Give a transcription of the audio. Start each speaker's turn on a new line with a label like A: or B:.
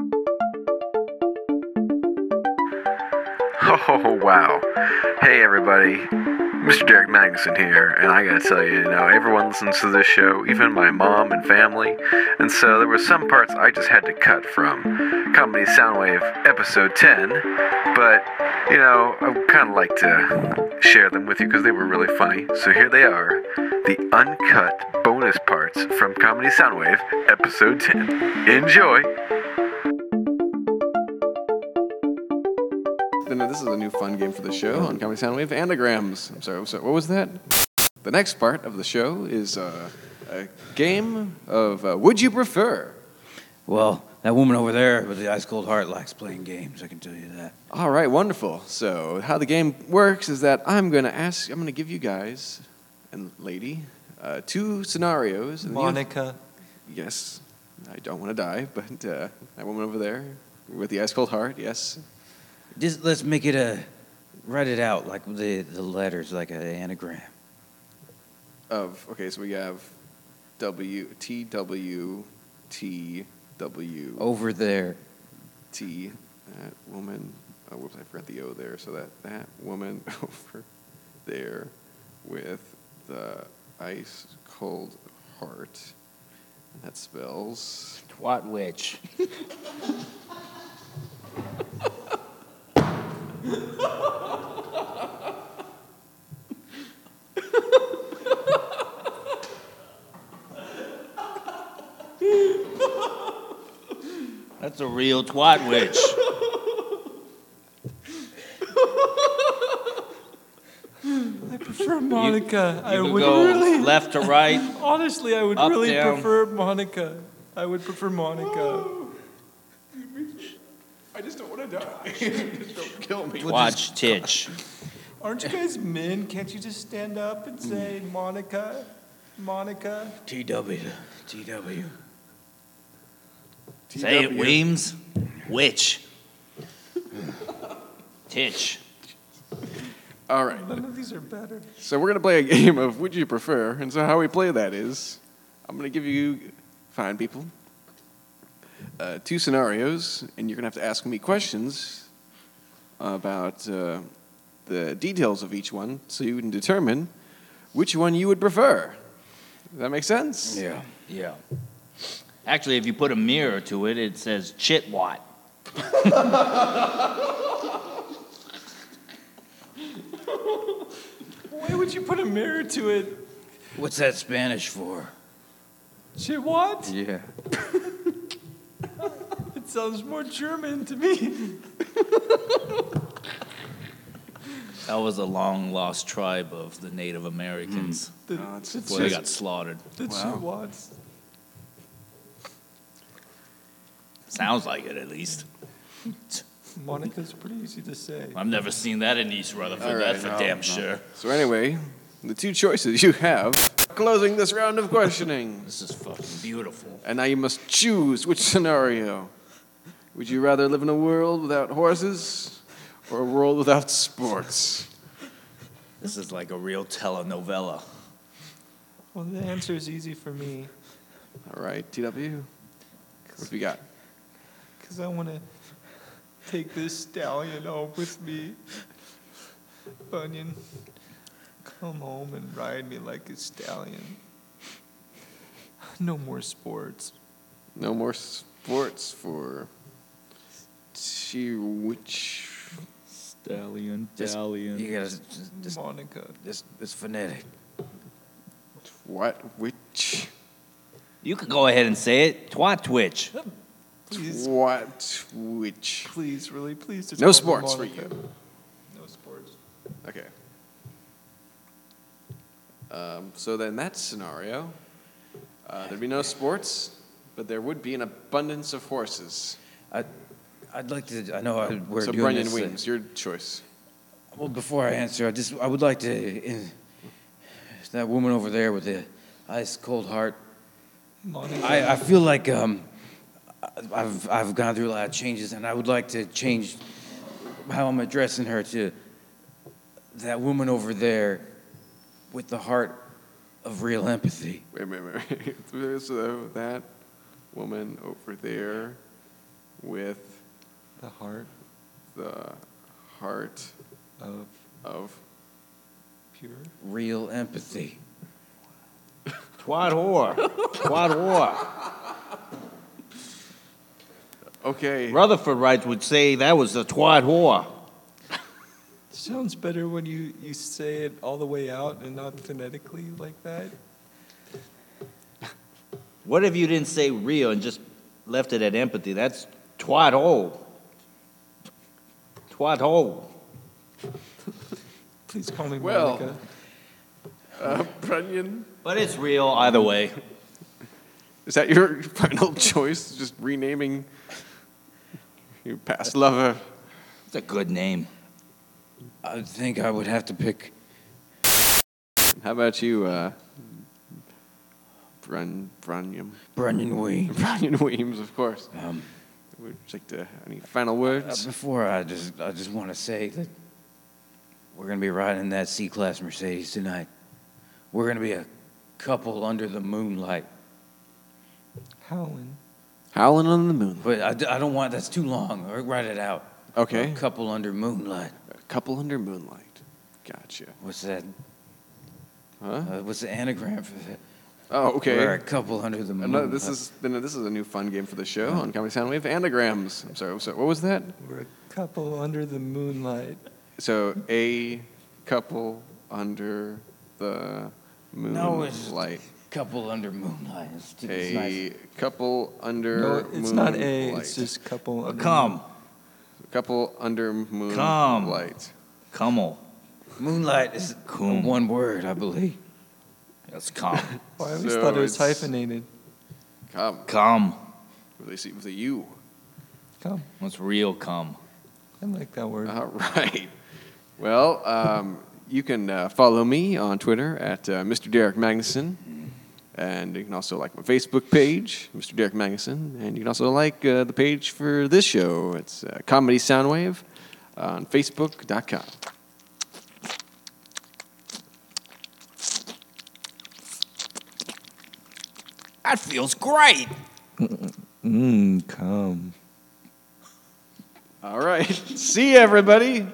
A: Oh, wow. Hey, everybody. Mr. Derek Magnuson here, and I gotta tell you, you know, everyone listens to this show, even my mom and family, and so there were some parts I just had to cut from Comedy Soundwave episode 10, but, you know, I kinda like to share them with you because they were really funny. So here they are the uncut bonus parts from Comedy Soundwave episode 10. Enjoy!
B: Then this is a new fun game for the show on Comedy Soundwave. Anagrams. I'm sorry. So what was that? The next part of the show is uh, a game of uh, Would You Prefer?
C: Well, that woman over there with the ice cold heart likes playing games, I can tell you that.
B: All right, wonderful. So how the game works is that I'm going to ask, I'm going to give you guys and lady uh, two scenarios. and you-
D: Monica.
B: yes, I don't want to die, but uh, that woman over there with the ice cold heart. Yes,
C: Just let's make it a write it out like the the letters like an anagram.
B: of okay. So we have W T W T W.
C: Over there.
B: T, that woman. Oh, whoops, I forgot the O there. So that that woman over there with the ice cold heart. That spells.
E: Twat witch. That's a real twat witch.
D: Prefer Monica. I
E: You can
D: would
E: go
D: really,
E: left to right.
D: honestly, I would
E: up,
D: really
E: down.
D: prefer Monica. I would prefer Monica.
B: I just don't want to die. don't kill me.
E: Watch Titch.
D: Aren't you guys men? Can't you just stand up and say Monica, Monica?
C: T W T W.
E: Say it, Weems. Witch. Titch.
B: All right.
D: None of these are better.
B: So we're gonna play a game of Would You Prefer, and so how we play that is, I'm gonna give you fine people uh, two scenarios, and you're gonna have to ask me questions about uh, the details of each one, so you can determine which one you would prefer. Does that make sense?
C: Yeah.
E: Yeah. Actually, if you put a mirror to it, it says chitwat.
D: Why would you put a mirror to it?
C: What's that Spanish for?
D: Shit, what?
C: Yeah.
D: It sounds more German to me.
E: That was a long lost tribe of the Native
C: Hmm.
E: Americans.
D: The,
B: Oh, it's-
D: it's
E: Boy, they
D: just-
E: got slaughtered.
D: the
B: Wow.
D: Chitwats.
E: Sounds like it, at least.
D: Monica's pretty easy to say.
E: I've never seen that in East Rutherford,
B: All right,
E: that's for
B: no,
E: damn
B: no.
E: sure.
B: So anyway, the two choices you have. Closing this round of questioning.
E: This is fucking beautiful.
B: And now you must choose which scenario. Would you rather live in a world without horses or a world without sports?
E: This is like a real telenovela.
D: Well, the answer is easy for me
B: All right, TW. What have we got?
D: because I want to take this stallion home with me. Bunyan, come home and ride me like a stallion. No more sports.
B: No more sports for T which
E: Stallion,
C: Just-
E: stallion.
C: You gotta just, just
D: Monica.
C: this it's phonetic.
B: what which
E: You could go ahead and say it. Twat twitch.
D: Please,
B: what which.
D: please, really, please just.
B: No
D: call me
B: sports for
D: Monica.
B: you.
D: No sports.
B: Okay. Um, so then that scenario, uh, there'd be no sports, but there would be an abundance of horses.
C: I'd like to. I know I, we're
B: so
C: doing
B: Brendan
C: this. uh,
B: Weems, your choice.
C: Well, before I answer, I just I would like to. Uh, that woman over there with the ice cold heart
D: Monica.
C: I, I feel like um, I- I've, I've gone through a lot of changes, and I would like to change how I'm addressing her to that woman over there with the heart of real empathy.
B: Wait, wait, wait. wait. so that woman over there with
D: the heart.
B: the heart
D: of
B: of
D: pure.
C: Real empathy.
F: Twat whore. Twat whore.
B: okay
F: Rutherford Wright would say that was the twat whore.
D: Sounds better when you, you say it all the way out and not phonetically like that.
F: What if you didn't say real and just left it at empathy? That's twat hole. Twat hole.
D: Please call me
B: Well,
D: Monica.
B: uh, Brenyan.
F: But it's real either way.
B: Is that your final choice? Just renaming your past lover?
F: It's a good name.
C: I think I would have to pick
B: How about you, uh, Bren, Brenyan?
C: Brendan Wee.
B: Brenyan Weems, of course.
C: Um,
B: Would you like to, any final
C: Uh,
B: words?
C: Before I just, I just want to say that we're going to be riding that C-Class Mercedes tonight. We're going to be a couple under the moonlight.
D: Howlin'.
B: Howling on the moon.
C: But I, d- I don't want, that's too long. Or Write it out.
B: Okay.
C: A couple under moonlight.
B: A couple under moonlight. Gotcha.
C: What's that?
B: Huh?
C: Uh, what's the anagram for that?
B: Oh,
C: We're
B: okay.
C: a couple under the moonlight.
B: Another, this has been this is a new fun game for the show on Comedy Soundwave. Anagrams. I'm sorry. So what was that?
D: We're a couple under the moonlight.
B: So a couple under the moonlight.
C: No, it's just couple under moonlight. It's, it's
B: a
C: nice.
B: couple under.
D: No, it's not a.
B: moonlight.
D: It's just couple under.
F: Come.
B: couple under moonlight.
F: Come. Cummel.
C: Moonlight is
F: Cool.
C: one word, I believe.
F: That's cum.
D: Oh, I always
B: So
D: thought it was
B: it's-
D: hyphenated.
B: Come.
F: cum.
B: With a, C- with a U.
D: Come.
F: What's real cum?
D: I like that word.
B: All right. Well, um, you can uh, follow me on Twitter at uh, Mr. Derek Magnuson. And you can also like my Facebook page, Mr. Derek Magnuson. And you can also like uh, the page for this show. It's uh, Comedy Soundwave on Facebook.com.
F: That feels great.
D: Mmm, come.
B: All right. See you, everybody.